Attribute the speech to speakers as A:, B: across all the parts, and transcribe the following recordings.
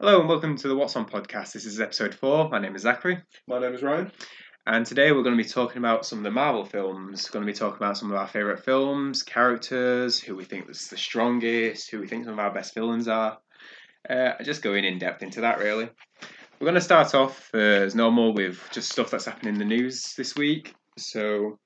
A: Hello and welcome to the What's On podcast. This is episode four. My name is Zachary,
B: My name is Ryan.
A: and today we're going to be talking about some of the Marvel films. We're going to be talking about some of our favourite films, characters, who we think was the strongest, who we think some of our best villains are. Uh, just going in depth into that, really. We're going to start off uh, as normal with just stuff that's happening in the news this week. So,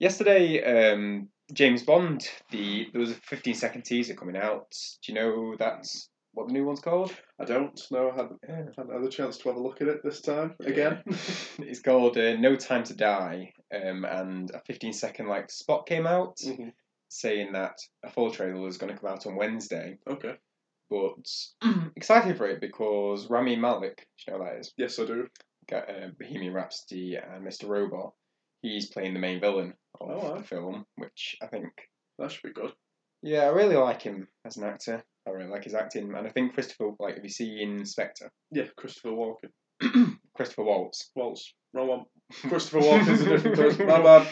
A: yesterday, um, James Bond, the there was a 15 second teaser coming out. Do you know that's what the new one's called?
B: I don't know. I haven't, eh, I haven't had a chance to have a look at it this time again.
A: it's called uh, No Time to Die, um, and a 15 second like spot came out
B: Mhm.
A: saying that a full trailer was going to come out on Wednesday.
B: Okay.
A: But
B: Mm.
A: excited for it because Rami Malek, do you know who that is,
B: Yes, I do.
A: got, uh, Bohemian Rhapsody and Mr. Robot. He's playing the main villain of
B: Oh, wow.
A: the film, which I think
B: That should be good.
A: yeah, I really like him as an actor. I really like his acting, and I think Christopher like have you seen Spectre?
B: Yeah, Christopher Walken.
A: Christopher Waltz.
B: Waltz. Wrong one. Christopher Walken's a different person. My bad.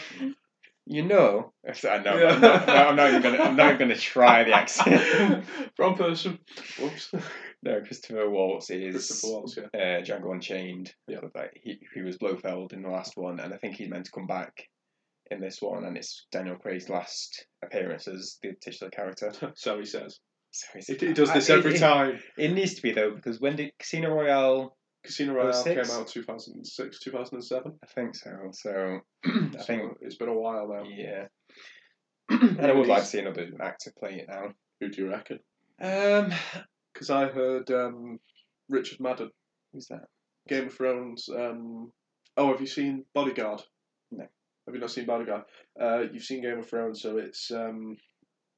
A: You know, I know.
B: Yeah.
A: I'm, not, no, I'm not even gonna. I'm not even gonna try the accent.
B: Wrong person. Whoops.
A: no, Christopher Waltz is
B: Christopher Waltz, yeah.
A: Uh, Django Unchained.
B: Yeah.
A: Like, he he was Blofeld in the last one, and I think he's meant to come back in this one, and it's Daniel Craig's last appearance as the titular character.
B: so he says.
A: So it's-
B: He, he does this
A: I-
B: every
A: it-
B: time.
A: It, needs to be though, because when did Casino Royale?
B: Casino Royale came
A: 06?
B: out 2006, 2007.
A: I think so. So I
B: So
A: think
B: it's been a while now.
A: yeah. and I would
B: Release.
A: like to see another actor play it now.
B: Who do you reckon?
A: Um,
B: Because I heard um, Richard Madden,
A: who's that?
B: Game of Thrones. Um, oh, have you seen Bodyguard?
A: No.
B: Have you not seen Bodyguard? Uh, you've seen Game of Thrones, so it's. Um,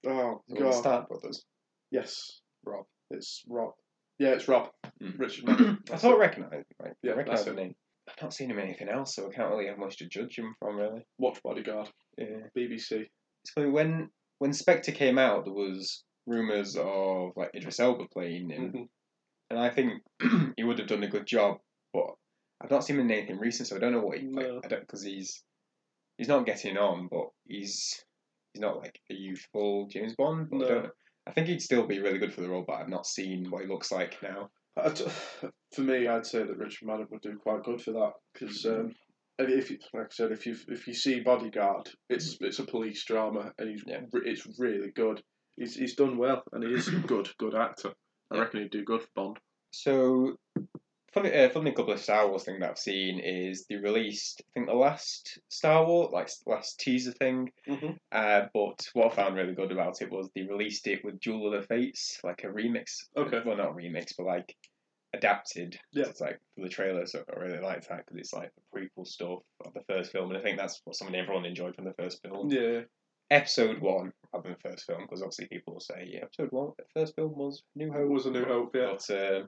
B: oh,
A: Is it one of
B: God.
A: the Stark brothers.
B: Yes.
A: Rob.
B: It's Rob. Yeah, it's Rob.
A: Mm.
B: Richard Madden.
A: I thought I recognised like,
B: Yeah,
A: yeah,
B: that's
A: recognised the
B: it.
A: name. I've not seen him in anything else, so I can't really have much to judge him from, really.
B: Watch Bodyguard.
A: Yeah.
B: BBC.
A: So when when Spectre came out, there was rumours of like Idris Elba playing him,
B: Mhm.
A: and I think he would have done a good job, but I've not seen him in anything recent, so I don't know what he like.
B: No.
A: I don't because he's he's not getting on, but he's he's not like a youthful James Bond. but I
B: No.
A: don't know. I think he'd still be really good for the role, but I've not seen what he looks like now.
B: I t- for me, I'd say that Richard Madden would do quite good for that because,
A: Hmm.
B: um, and if you, like I said, if you if you see Bodyguard, it's it's a police drama and he's
A: Hmm. Yeah.
B: re- it's really good. He's he's done well and he is a good good actor. I
A: Yeah.
B: reckon he'd do good for Bond.
A: So, funny, uh, funny couple of Star Wars thing that I've seen is they released, I think, the last Star Wars, like last teaser thing.
B: Mhm.
A: Uh, but what I found really good about it was they released it with Jewel of the Fates, like a remix.
B: Okay.
A: Well, not remix, but like adapted.
B: Yeah.
A: It's like for the trailer, so I really liked that because it's like the prequel stuff of the first film, and I think that's what something everyone enjoyed from the first film.
B: Yeah,
A: Episode one, rather than the first film, because obviously people will say, yeah, episode one, the first film was New
B: it
A: Hope.
B: was a new hope. Yeah,
A: But uh,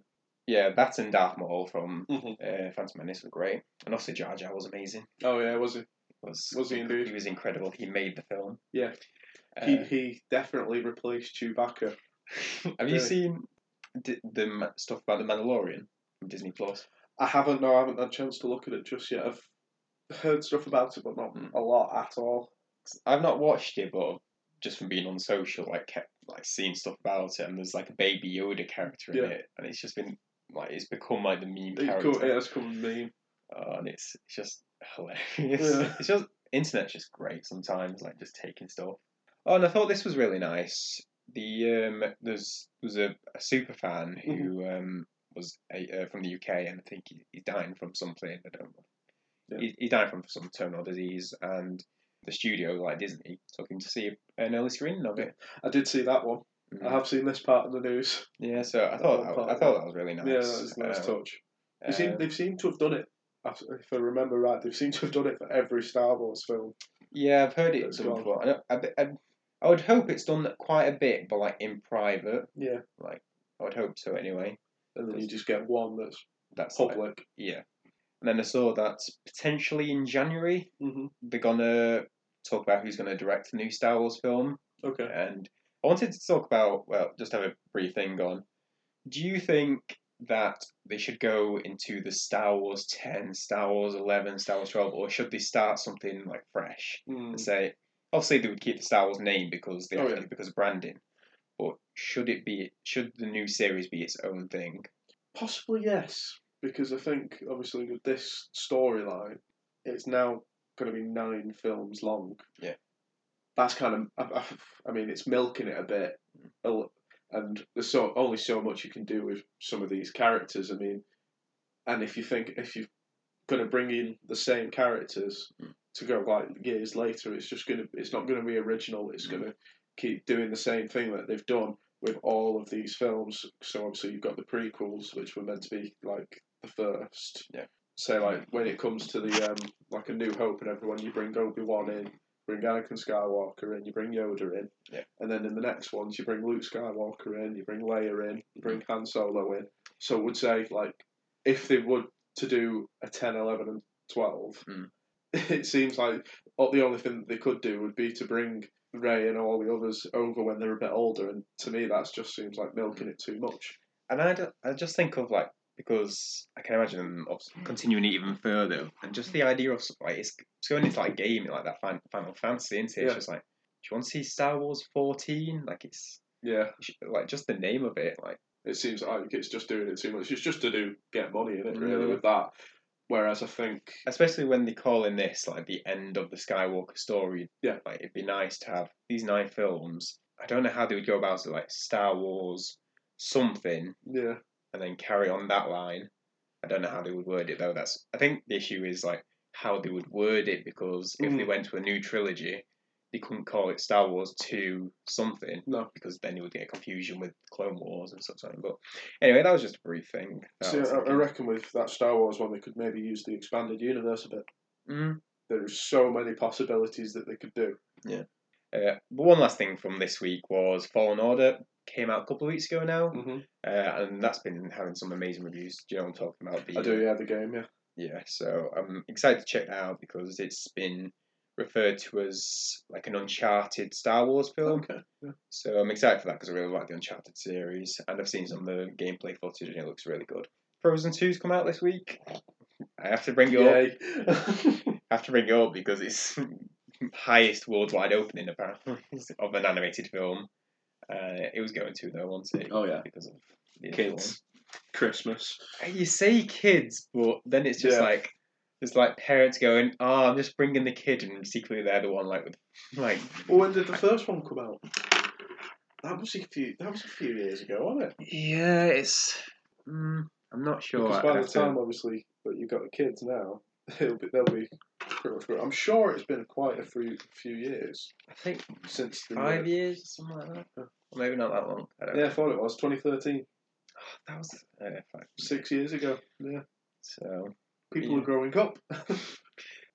A: yeah, that and Darth Maul from
B: Mhm.
A: uh, Phantom Menace were great, and also Jar Jar was amazing.
B: oh yeah, was it?
A: Was
B: Was he indeed?
A: He was incredible. He made the film.
B: Yeah.
A: Uh,
B: he he definitely replaced Chewbacca.
A: have you
B: really-
A: seen d- the ma- stuff about the Mandalorian from Disney Plus?
B: I haven't. No, I haven't had a chance to look at it just yet. I've heard stuff about it, but not
A: Mm.
B: a lot at all.
A: I've not watched it, but just from being on social, like kept like seeing stuff about it, and there's like a Baby Yoda character in
B: Yeah.
A: it, and it's just been like it's become like the meme
B: It,
A: character,
B: co- it has come meme.
A: Oh, and it's it's just hilarious.
B: Yeah.
A: It's just internet's just great sometimes, like just taking stuff. Oh, and I thought this was really nice. The um, there's was a, a super fan who
B: Mm-hmm.
A: um was a, uh, from the UK, and I think he, he's dying from something. I don't know.
B: Yeah.
A: He, he died from some terminal disease, and the studio, like Disney, took him to see an early screening of it.
B: I did see that one.
A: Mm.
B: I have seen this part in the news.
A: Yeah, so I thought that, I thought that was really nice.
B: Yeah, that was a nice
A: Um,
B: touch. They seem,
A: um,
B: they've seemed to have done it. If if I remember right, they've seemed to have done it for every Star Wars film.
A: Yeah, I've heard it
B: that's
A: done
B: gone.
A: before. I, don't- I, be- I, I would hope it's done quite a bit, but like in private.
B: Yeah,
A: I would hope so anyway.
B: and then you just get one that's
A: That's like-
B: public.
A: yeah. And then I saw that potentially in January
B: hmm
A: they're gonna talk about who's gonna direct the new Star Wars film.
B: Okay.
A: And I wanted to talk about well, just have a brief thing on. Do you think that they should go into the Star Wars ten, Star Wars eleven, Star Wars twelve, or should they start something like fresh? and
B: Mm.
A: say obviously they would keep the Star Wars name because they
B: Oh,
A: have
B: yeah.
A: to because of branding. But should it be should the new series be its own thing?
B: Possibly yes, because I think obviously with this storyline, it's now going to be nine films long.
A: Yeah.
B: That's kind of, I, I- I mean, it's milking it a bit, a l- and there's so only so much you can do with some of these characters. I mean, and if you think if you're going to bring in the same characters
A: Mm.
B: to go like years later, it's just going to, it's not going to be original. It's
A: Mm.
B: going to keep doing the same thing that they've done with all of these films. So obviously you've got the prequels, which were meant to be like the first.
A: Yeah.
B: So like when it comes to the um like a New Hope and everyone, you bring Obi Wan in, bring Anakin Skywalker in, you bring Yoda in,
A: Yeah.
B: and then in the next ones you bring Luke Skywalker in, you bring Leia in, you bring Han Solo in. So I would say like if they would to do a 10, 11 and twelve,
A: Mm.
B: it seems like o- the only thing that they could do would be to bring Ray and all the others over when they're a bit older, and to me that just seems like milking it too much.
A: And I, don't- I just think of like because I can imagine them obs- continuing it even further, and just the idea of like it's, it's going into like gaming, like that fin- Final Fantasy, isn't it?
B: Yeah.
A: It's just like, do you want to see Star Wars fourteen? Like it's
B: Yeah,
A: like just the name of it, like
B: it seems like it's just doing it too much. It's just to do get money in it really
A: Yeah.
B: with that. Whereas I think
A: especially when they call in this like the end of the Skywalker story.
B: Yeah.
A: like it'd be nice to have these nine films. I don't know how they would go about it, like Star Wars something,
B: yeah,
A: and then carry on that line. I don't know how they would word it though. That's I think the issue is like how they would word it because if they
B: Mm.
A: went to a new trilogy, they couldn't call it Star Wars Two something
B: no.
A: because then you would get confusion with Clone Wars and such. Like. But anyway, that was just a brief thing. that
B: See,
A: was
B: I, I
A: thinking.
B: reckon with that Star Wars one, they could maybe use the expanded universe a bit.
A: Mm.
B: There's so many possibilities that they could do.
A: Uh, but one last thing from this week was Fallen Order came out a couple of weeks ago now,
B: Mm-hmm.
A: uh, and that's been having some amazing reviews. Do you know what I'm talking about? The,
B: I do, yeah, the game, yeah.
A: Yeah, so I'm excited to check that out because it's been referred to as like an Uncharted Star Wars film. So I'm excited for that because I really like the Uncharted series, and I've seen some of the gameplay footage and it looks really good. Frozen 2's come out this week. I have to bring it up.
B: Yay.
A: I have to bring it up because it's highest worldwide opening apparently of an animated film. Uh, it was going to though, wasn't it?
B: oh yeah,
A: Because of the
B: kids, Christmas.
A: other one. You say kids, but then it's just
B: Yeah.
A: like it's like parents going, "Oh, I'm just bringing the kid," and secretly they're the one like with like
B: Well, when did the first one come out? That was a few. That was a few years ago, wasn't it?
A: yeah, it's. Mm, I'm not sure.
B: Because
A: I'd
B: by the
A: have to-
B: time, obviously, that you've got the kids now, it'll be, they'll be pretty much. grown. I'm sure it's been quite a few few years
A: I think
B: since the.
A: five years, something like that. Or maybe not that long. I don't
B: Yeah, I
A: know.
B: thought it was 2013,
A: That was uh, five.
B: six years ago. Yeah,
A: So
B: people
A: Yeah.
B: are growing up.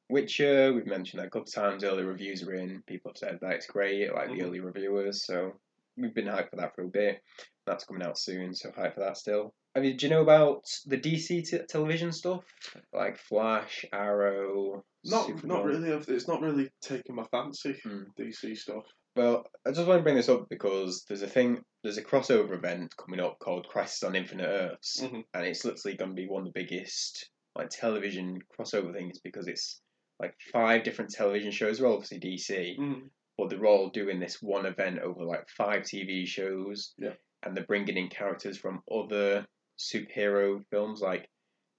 A: Witcher, we've mentioned that a couple of times. Early reviews are in. People have said that it's great, like
B: Mhm.
A: the early reviewers. So we've been hyped for that for a bit. That's coming out soon, so hyped for that still. I mean, do you know about the DC t- television stuff like Flash, Arrow?
B: not
A: Supergirl?
B: not really. I've- It's not really taking my fancy.
A: Mm.
B: DC stuff.
A: Well, I just want to bring this up because there's a thing, there's a crossover event coming up called Crisis on Infinite Earths,
B: Mhm.
A: and it's literally going to be one of the biggest like television crossover things because it's like five different television shows. They're all obviously DC,
B: Mm.
A: but they're all doing this one event over like five TV shows.
B: Yeah.
A: And they're bringing in characters from other superhero films, like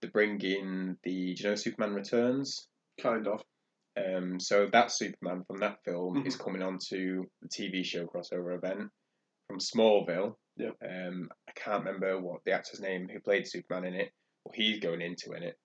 A: they're bringing the, do you know Superman Returns?
B: Kind of.
A: Um, so that Superman from that film
B: Mhm.
A: is coming on to the TV show crossover event from Smallville.
B: Yeah.
A: Um, I can't remember what the actor's name who played Superman in it, but he's going into in it.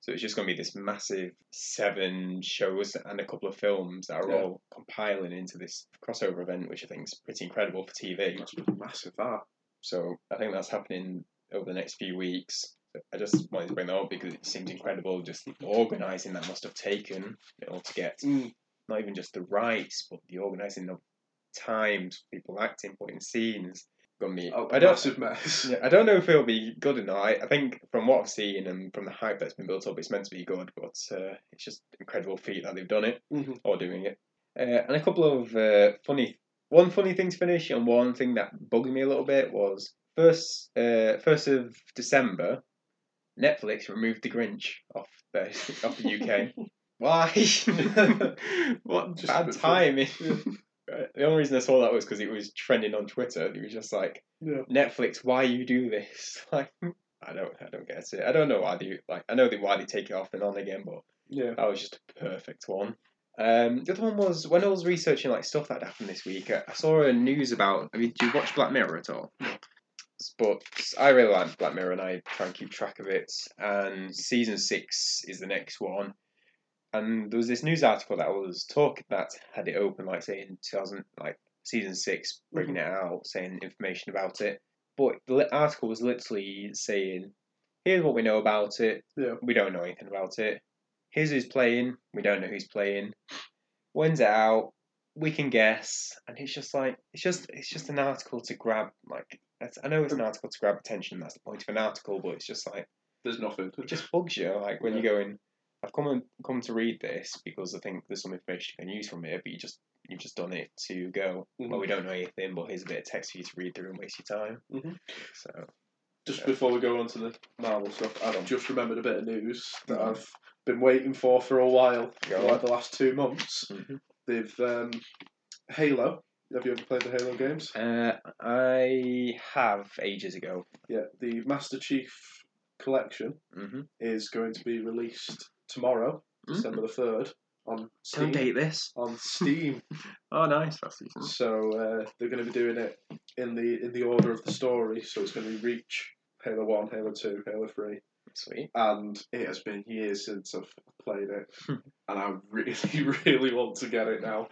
A: So it's just going to be this massive seven shows and a couple of films that are
B: Yeah.
A: all compiling into this crossover event, which I think is pretty incredible for TV.
B: That's pretty massive. That.
A: So I think that's happening over the next few weeks. I just wanted to bring that up because it seems incredible just the organising that must have taken you know, to get
B: Mm.
A: not even just the rights, but the organising of times, people acting, putting scenes. Gonna be,
B: Oh,
A: I don't.
B: massive mess.
A: Yeah, I don't know if it'll be good or not. I, I think from what I've seen and from the hype that's been built up, it's meant to be good. But uh, it's just incredible feat that they've done it
B: Mhm.
A: or doing it. Uh, and a couple of uh, funny, one funny thing to finish, and one thing that bugged me a little bit was first, uh, first of December, Netflix removed The Grinch off the off the UK. Why? what
B: Just a
A: bad
B: bit
A: timing. Uh, the only reason I saw that was because it was trending on Twitter. It was just like
B: Yeah.
A: Netflix, why you do this? Like I don't I don't get it. I don't know why they like I know they, why they take it off and on again, but
B: Yeah.
A: that was just a perfect one. Um, the other one was when I was researching like stuff that happened this week. uh, I, I saw a news about. I mean, do you watch Black Mirror at all? But I really like Black Mirror, and I try and keep track of it. And season six is the next one. And there was this news article that I was talking that had it open, like saying two thousand, like season six, bringing it out, saying information about it. But the li- article was literally saying, "Here's what we know about it.
B: Yeah.
A: We don't know anything about it here's who's playing, we don't know who's playing, when's it out, we can guess, and it's just like it's just it's just an article to grab like that's, I know it's an article to grab attention. That's the point of an article, but it's just like
B: There's nothing.
A: it just bugs you like when you're going. I've come and come to read this because I think there's some information you can use from it, but you just you've just done it to go. Well, we don't know anything, but here's a bit of text for you to read through and waste your time.
B: Mhm.
A: So
B: Just
A: Yeah.
B: before we go on to the Marvel stuff, I've just remembered a bit of news that
A: Mhm.
B: I've been waiting for for a while,
A: Go
B: like
A: on.
B: the last two months.
A: Mhm.
B: They've um, Halo. Have you ever played the Halo games?
A: uh, I have ages ago.
B: Yeah, the Master Chief Collection
A: Mm-hmm.
B: is going to be released tomorrow,
A: Mm.
B: December the third, on
A: Don't
B: Steam.
A: date this.
B: On Steam,
A: Oh, nice. That's decent.
B: so uh, they're going to be doing it in the in the order of the story. So it's going to be Reach, Halo One, Halo Two, Halo Three,
A: Sweet.
B: and it has been years since I've played it, and I really, really want to get it now.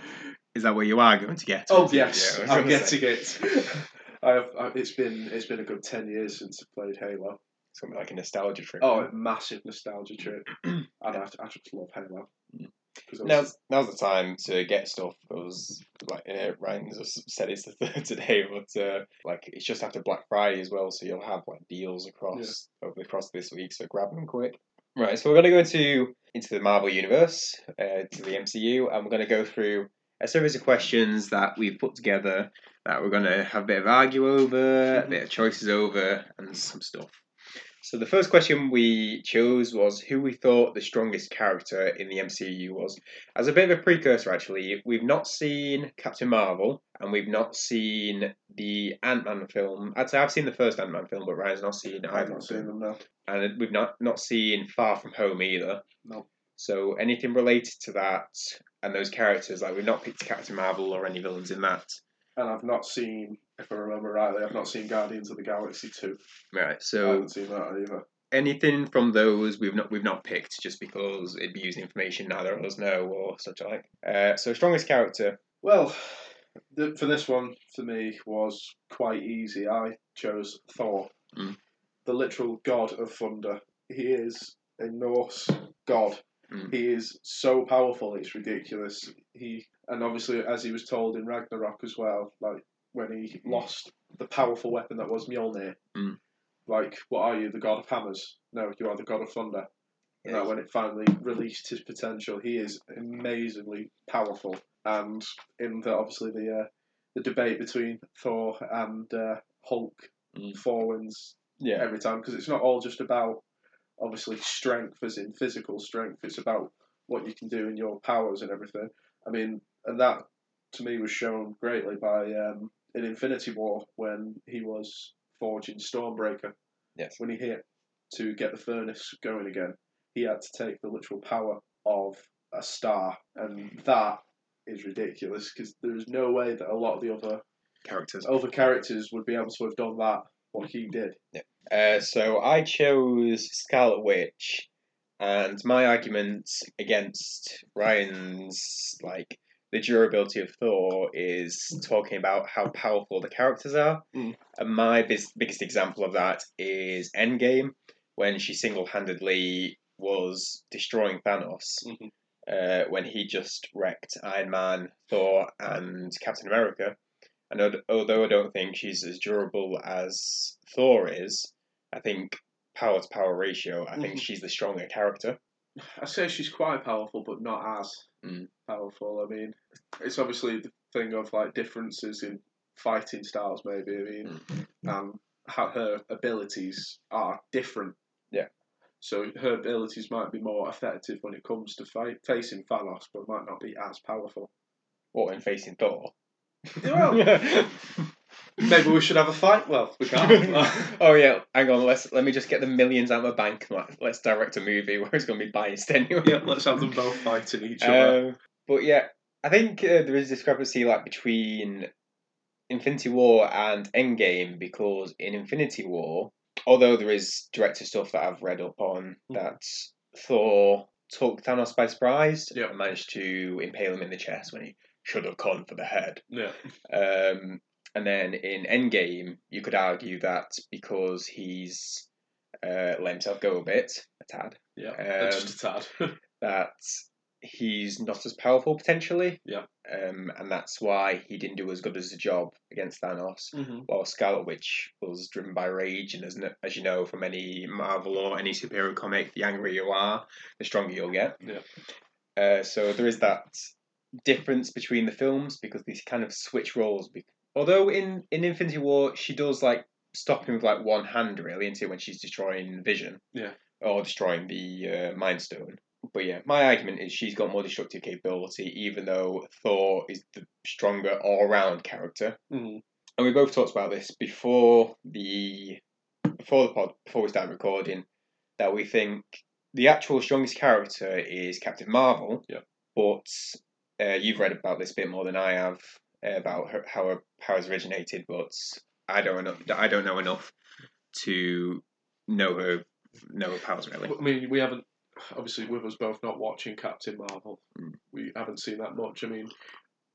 A: Is that where you are going to get?
B: Oh
A: it?
B: yes,
A: Yeah, I was
B: I'm
A: gonna say.
B: getting it. I've, I, it's been it's been a good ten years since I played Halo.
A: Something like a nostalgia trip.
B: Oh, a massive nostalgia trip, and I, I just love Halo. 'Cause I was-
A: Now's, now's the time to get stuff because, like, you know, Ryan's just said it's the third today, but uh, like it's just after Black Friday as well, so you'll have like deals across over across this week. So grab them quick. Right, so we're gonna go into into the Marvel universe, uh, to the MCU, and we're gonna go through a series of questions that we've put together that we're gonna have a bit of argue over, a
B: Mm-hmm.
A: bit of choices over, and some stuff. So the first question we chose was who we thought the strongest character in the MCU was. As a bit of a precursor, actually, we've not seen Captain Marvel and we've not seen the Ant Man film. I'd say I've seen the first Ant Man film, but Ryan's not seen
B: I've
A: either.
B: not seen them now.
A: And we've not, not seen Far From Home either.
B: No.
A: So anything related to that and those characters, like we've not picked Captain Marvel or any villains in that.
B: and I've not seen, if I remember rightly, I've not seen Guardians of the Galaxy two.
A: Right.
B: I
A: So
B: haven't seen that either.
A: anything from those we've not we've not picked just because it'd be using information neither of us know or such like. Uh, so strongest character.
B: Well, the, for this one, for me, was quite easy. I chose Thor,
A: Mm.
B: the literal god of thunder. He is a Norse god.
A: Mm.
B: He is so powerful, it's ridiculous. He and obviously, as he was told in Ragnarok as well, like when he lost the powerful weapon that was Mjolnir.
A: Mm.
B: Like, what are you, the god of hammers? No, you are the god of thunder. And that when it finally released his potential, he is amazingly powerful. And in the obviously the uh, the debate between Thor and uh, Hulk,
A: Mm.
B: Thor wins
A: Yeah.
B: every time because it's not all just about obviously strength as in physical strength. It's about what you can do and your powers and everything. I mean, and that to me was shown greatly by um, in Infinity War when he was forging Stormbreaker
A: Yes.
B: when he hit to get the furnace going again, he had to take the literal power of a star, and that is ridiculous because there is no way that a lot of the other
A: Characters.
B: other characters would be able to have done that what he did.
A: Uh, so I chose Scarlet Witch, and my argument against Ryan's like the durability of Thor is talking about how powerful the characters are.
B: Mm.
A: And my bis- biggest example of that is Endgame, when she single-handedly was destroying Thanos.
B: Mhm.
A: Uh, when he just wrecked Iron Man, Thor, and Captain America. And al- although I don't think she's as durable as Thor is, I think power to power ratio, I think
B: Mhm.
A: she's the stronger character.
B: I say she's quite powerful, but not as
A: Mm.
B: powerful. I mean, it's obviously the thing of like differences in fighting styles, maybe. I mean,
A: Hmm.
B: um, how her abilities are different.
A: Yeah.
B: So her abilities might be more effective when it comes to fight, facing Thanos, but might not be as powerful.
A: What when facing Thor?
B: Oh. Well, maybe we should have a fight. Well, we can't.
A: oh yeah, hang on. Let's let me just get the millions out of my bank. and let- Let's direct a movie where it's going to be biased anyway.
B: yeah, let's have them both fighting each other.
A: Um, but yeah, I think uh, there is discrepancy like between Infinity War and Endgame because in Infinity War, although there is director stuff that I've read up on
B: Mhm.
A: that Thor took Thanos by surprise
B: Yep.
A: and managed to impale him in the chest when he should have gone for the head.
B: Yeah.
A: Um, and then in Endgame, you could argue that because he's uh, let himself go a bit, a tad,
B: Yeah,
A: Um,
B: just a tad.
A: that he's not as powerful potentially.
B: Yeah.
A: Um, and that's why he didn't do as good as a job against Thanos.
B: Mm-hmm.
A: While Scarlet Witch was driven by rage, and as, n- as you know from any Marvel or any superhero comic, the angrier you are, the stronger you'll get.
B: Yeah.
A: Uh, so there is that difference between the films because these kind of switch roles. Be- Although in, in Infinity War, she does like stop him with like one hand really, into when she's destroying Vision.
B: Yeah.
A: Or destroying the uh, Mind Stone. But yeah, my argument is she's got more destructive capability, even though Thor is the stronger all round character.
B: Mhm.
A: And we both talked about this before the before the pod before we started recording that we think the actual strongest character is Captain Marvel.
B: Yeah.
A: But uh, you've read about this bit more than I have uh, about her, how her powers originated, but I don't know, I don't know enough to know her know her powers really.
B: I mean, we haven't obviously with us both not watching Captain Marvel.
A: Mm.
B: We haven't seen that much. I mean,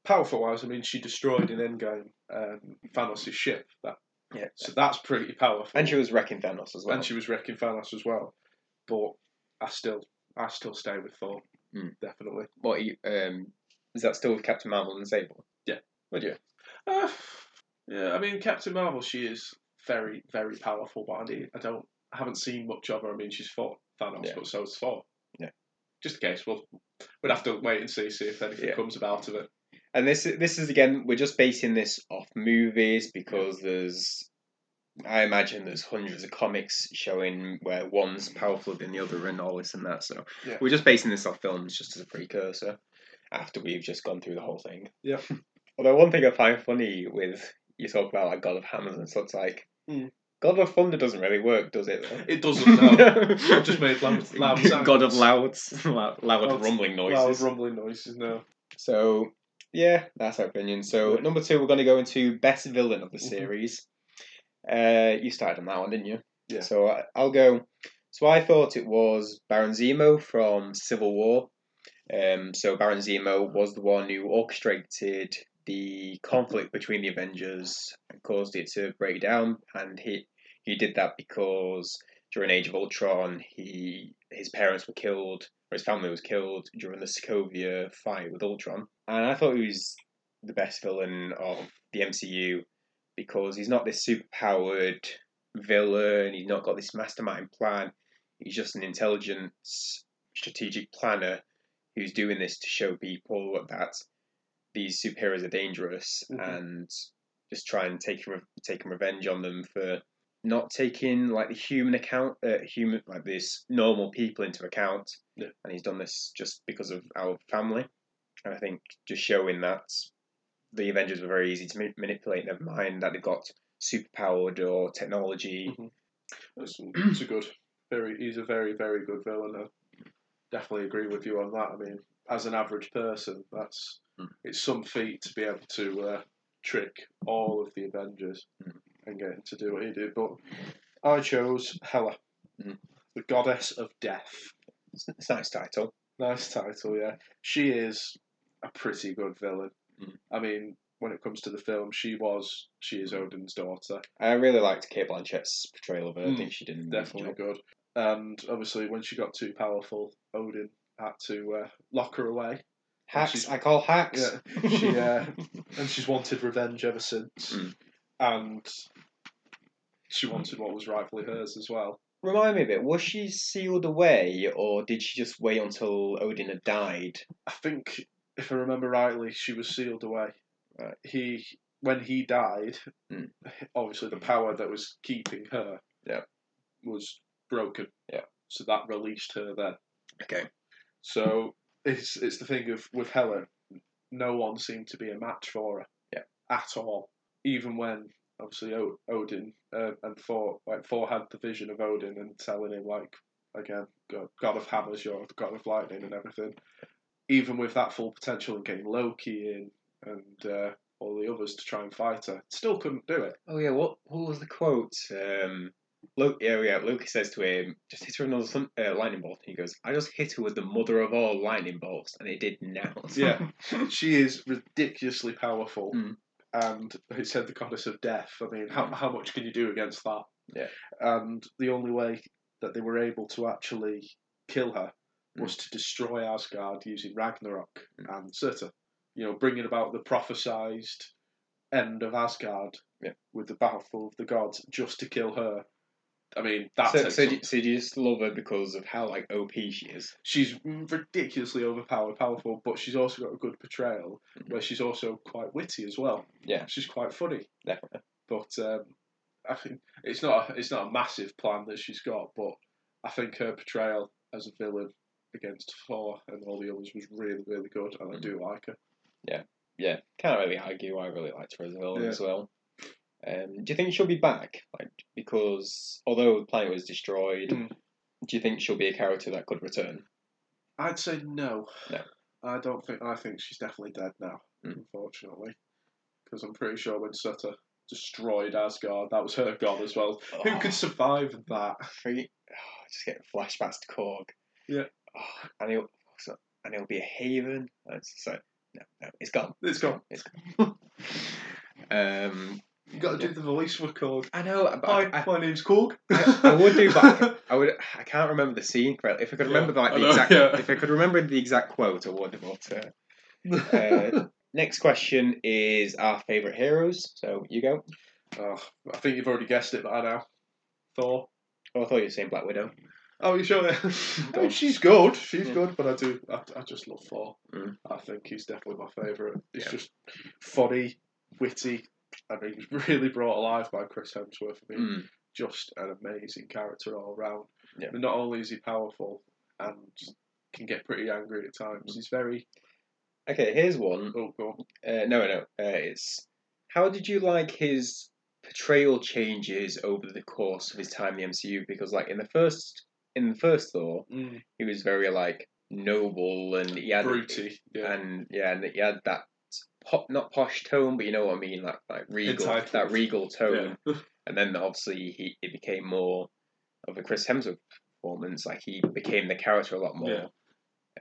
B: powerful wise, I mean, she destroyed in Endgame um, Thanos' ship. That
A: Yeah.
B: so that's pretty powerful.
A: And she was wrecking Thanos as well.
B: and she was wrecking Thanos as well. But I still, I still stay with Thor.
A: Mm.
B: Definitely.
A: what you, um is that still with Captain Marvel and Sable?
B: Yeah.
A: Would you?
B: Uh, yeah, I mean, Captain Marvel, she is very, very powerful, but I, need, I don't, I haven't seen much of her. I mean, she's fought Thanos,
A: Yeah.
B: but so has Thor.
A: Yeah.
B: Just in case, we'll, we'd have to wait and see, see if anything
A: Yeah.
B: comes about of it.
A: And this this is again we're just basing this off movies because there's I imagine there's hundreds of comics showing where one's powerful than the other and all this and that. So
B: Yeah.
A: we're just basing this off films just as a precursor after we've just gone through the whole thing.
B: Yeah.
A: Although one thing I find funny with you talk about like God of Hammers and such like
B: Mm.
A: God of Thunder doesn't really work, does it? though?
B: It doesn't, no.
A: I've
B: just made loud- loud sounds.
A: God of louds, loud, loud
B: Loud-
A: rumbling noises.
B: Loud rumbling noises, no.
A: So yeah, that's our opinion. So number two, we're going to go into best villain of the
B: Mhm.
A: series. Uh, you started on that one, didn't you?
B: Yeah.
A: So I, I'll go. So I thought it was Baron Zemo from Civil War. Um, so Baron Zemo was the one who orchestrated the conflict between the Avengers and caused it to break down, and he he did that because during Age of Ultron, he his parents were killed or his family was killed during the Sokovia fight with Ultron. And I thought he was the best villain of the MCU because he's not this superpowered villain, he's not got this mastermind plan. He's just an intelligent, strategic planner who's doing this to show people that these superheroes are dangerous
B: Mhm.
A: and just try and take re- taking revenge on them for not taking like the human account, uh, human like this normal people into account and he's done this just because of our family. And I think just showing that the Avengers were very easy to ma- manipulate, never mind that they've got superpowered or technology.
B: That's, it's a good, very. He's a very, very good villain. I definitely agree with you on that. I mean, as an average person, that's
A: Mm.
B: it's some feat to be able to uh, trick all of the Avengers
A: Mm.
B: and get him to do what he did. But I chose Hela,
A: Mm.
B: the goddess of death.
A: It's it's a nice title.
B: Nice title, yeah. She is a pretty good villain.
A: Mm.
B: I mean, when it comes to the film, she was she is Odin's daughter.
A: I really liked Kate Blanchett's portrayal of her.
B: Mm,
A: I think she did an amazing
B: definitely
A: job.
B: good. And obviously, when she got too powerful, Odin had to uh, lock her away,
A: Hacks.
B: She's-
A: I call hacks.
B: Yeah, she, uh, and she's wanted revenge ever since.
A: Mm.
B: And she wanted what was rightfully hers as well.
A: Remind me a bit. Was she sealed away, or did she just wait until Odin had died?
B: I think, if I remember rightly, she was sealed away. Uh,
A: Right.
B: He, when he died,
A: Mm.
B: obviously the power that was keeping her,
A: Yeah.
B: was broken.
A: Yeah.
B: so that released her then.
A: Okay.
B: So it's it's the thing of with Helen, no one seemed to be a match for her.
A: Yeah.
B: at all. Even when obviously o- Odin uh, and Thor like Thor had the vision of Odin and telling him like again God, God of hammers, you're the God of lightning and everything. Even with that full potential and getting Loki in and uh, all the others to try and fight her, still couldn't do it.
A: Oh yeah, what what was the quote? Um, Luke, yeah, yeah. Loki says to him, "Just hit her with another sun, uh, lightning bolt." And he goes, "I just hit her with the mother of all lightning bolts, and it did now."
B: Yeah. She is ridiculously powerful.
A: Mm.
B: And it said the goddess of death. I mean, how, how much can you do against that?
A: Hmm. Yeah.
B: And the only way that they were able to actually kill her
A: Hmm.
B: was to destroy Asgard using Ragnarok
A: Mm.
B: and Surtur. You know, bringing about the prophesized end of Asgard
A: Yeah.
B: with the battle of the gods just to kill her. I mean, that
A: so,
B: takes
A: so,
B: some-
A: do, so do you just love her because of how like OP she is?
B: she's ridiculously overpowered, powerful, but she's also got a good portrayal
A: Mhm.
B: where she's also quite witty as well.
A: Yeah.
B: she's quite funny.
A: Definitely.
B: But um, I think it's not a, it's not a massive plan that she's got, but I think her portrayal as a villain against Thor and all the others was really really good,
A: Mm-hmm.
B: and I do like her.
A: Yeah, can't really argue. I really liked her as well.
B: Yeah.
A: As well. Um, do you think she'll be back? Like, because although the planet was destroyed,
B: Mm.
A: do you think she'll be a character that could return?
B: I'd say no.
A: No.
B: I don't think. I think she's definitely dead now,
A: Mm.
B: unfortunately, because I'm pretty sure when Sutter destroyed Asgard, that was her god as well.
A: Oh.
B: Who could survive that?
A: Free, oh, just get flashbacks to Korg.
B: Yeah.
A: Oh, and he'll so- and he'll be a haven. And It's just like no, no, it's gone.
B: It's gone.
A: It's gone. um,
B: You got to do the voice for Korg.
A: I know, but
B: Hi,
A: I, I,
B: my name's Korg.
A: I would do, but I, ca- I would. I can't remember the scene correctly. If I could
B: Yeah,
A: remember like
B: I
A: the
B: know,
A: exact,
B: yeah.
A: if I could remember the exact quote, I would. But uh, Uh, next question is our favorite heroes. So you go.
B: Oh, I think you've already guessed it by now. Thor.
A: Oh, I thought you were saying Black Widow.
B: Oh, you sure? I mean,
A: on.
B: she's good. She's
A: Yeah.
B: good, but I do. I, I just love Thor.
A: Mm.
B: I think he's definitely my favourite. He's
A: Yeah.
B: just funny, witty. I mean, he's really brought alive by Chris Hemsworth. I mean,
A: Mm.
B: just an amazing character all round.
A: Yeah.
B: And not only is he powerful and can get pretty angry at times, he's very.
A: Okay, here's one.
B: Oh, God.
A: Uh, no, no. Uh, it's how did you like his portrayal changes over the course of his time in the MCU? Because like in the first in the first Thor,
B: Mm.
A: he was very like noble and he had
B: Broody. Yeah.
A: and yeah, and he had that pop not posh tone, but you know what I mean, like like regal
B: Entitled.
A: that regal tone.
B: yeah.
A: And then obviously he it became more of a Chris Hemsworth performance. Like he became the character a lot more.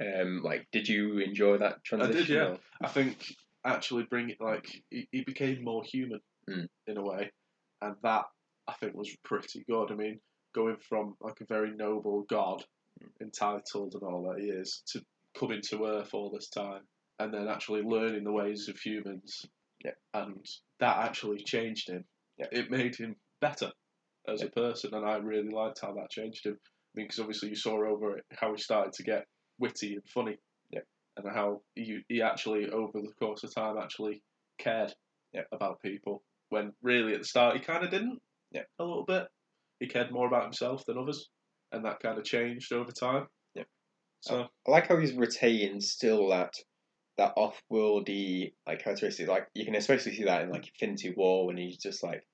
A: Um, like, did you enjoy that
B: did,
A: transition?
B: yeah.
A: or-
B: I think actually bring it like he, he became more human
A: Mm.
B: in a way, and that I think was pretty good. I mean, going from like a very noble god,
A: Hmm.
B: entitled and all that he is, to coming to Earth all this time, and then actually learning the ways of humans,
A: Yeah.
B: and that actually changed him.
A: Yeah.
B: It made him better as a person, and I really liked how that changed him. I mean, because obviously you saw over it how he started to get witty and funny and how he, he actually over the course of time actually cared
A: Yeah.
B: about people when really at the start he kind of didn't
A: Yeah.
B: a little bit he cared more about himself than others and that kind of changed over time
A: Yeah.
B: so
A: I like how he's retained still that that off-worldy like characteristic. Like you can especially see that in like Infinity War when he's just like,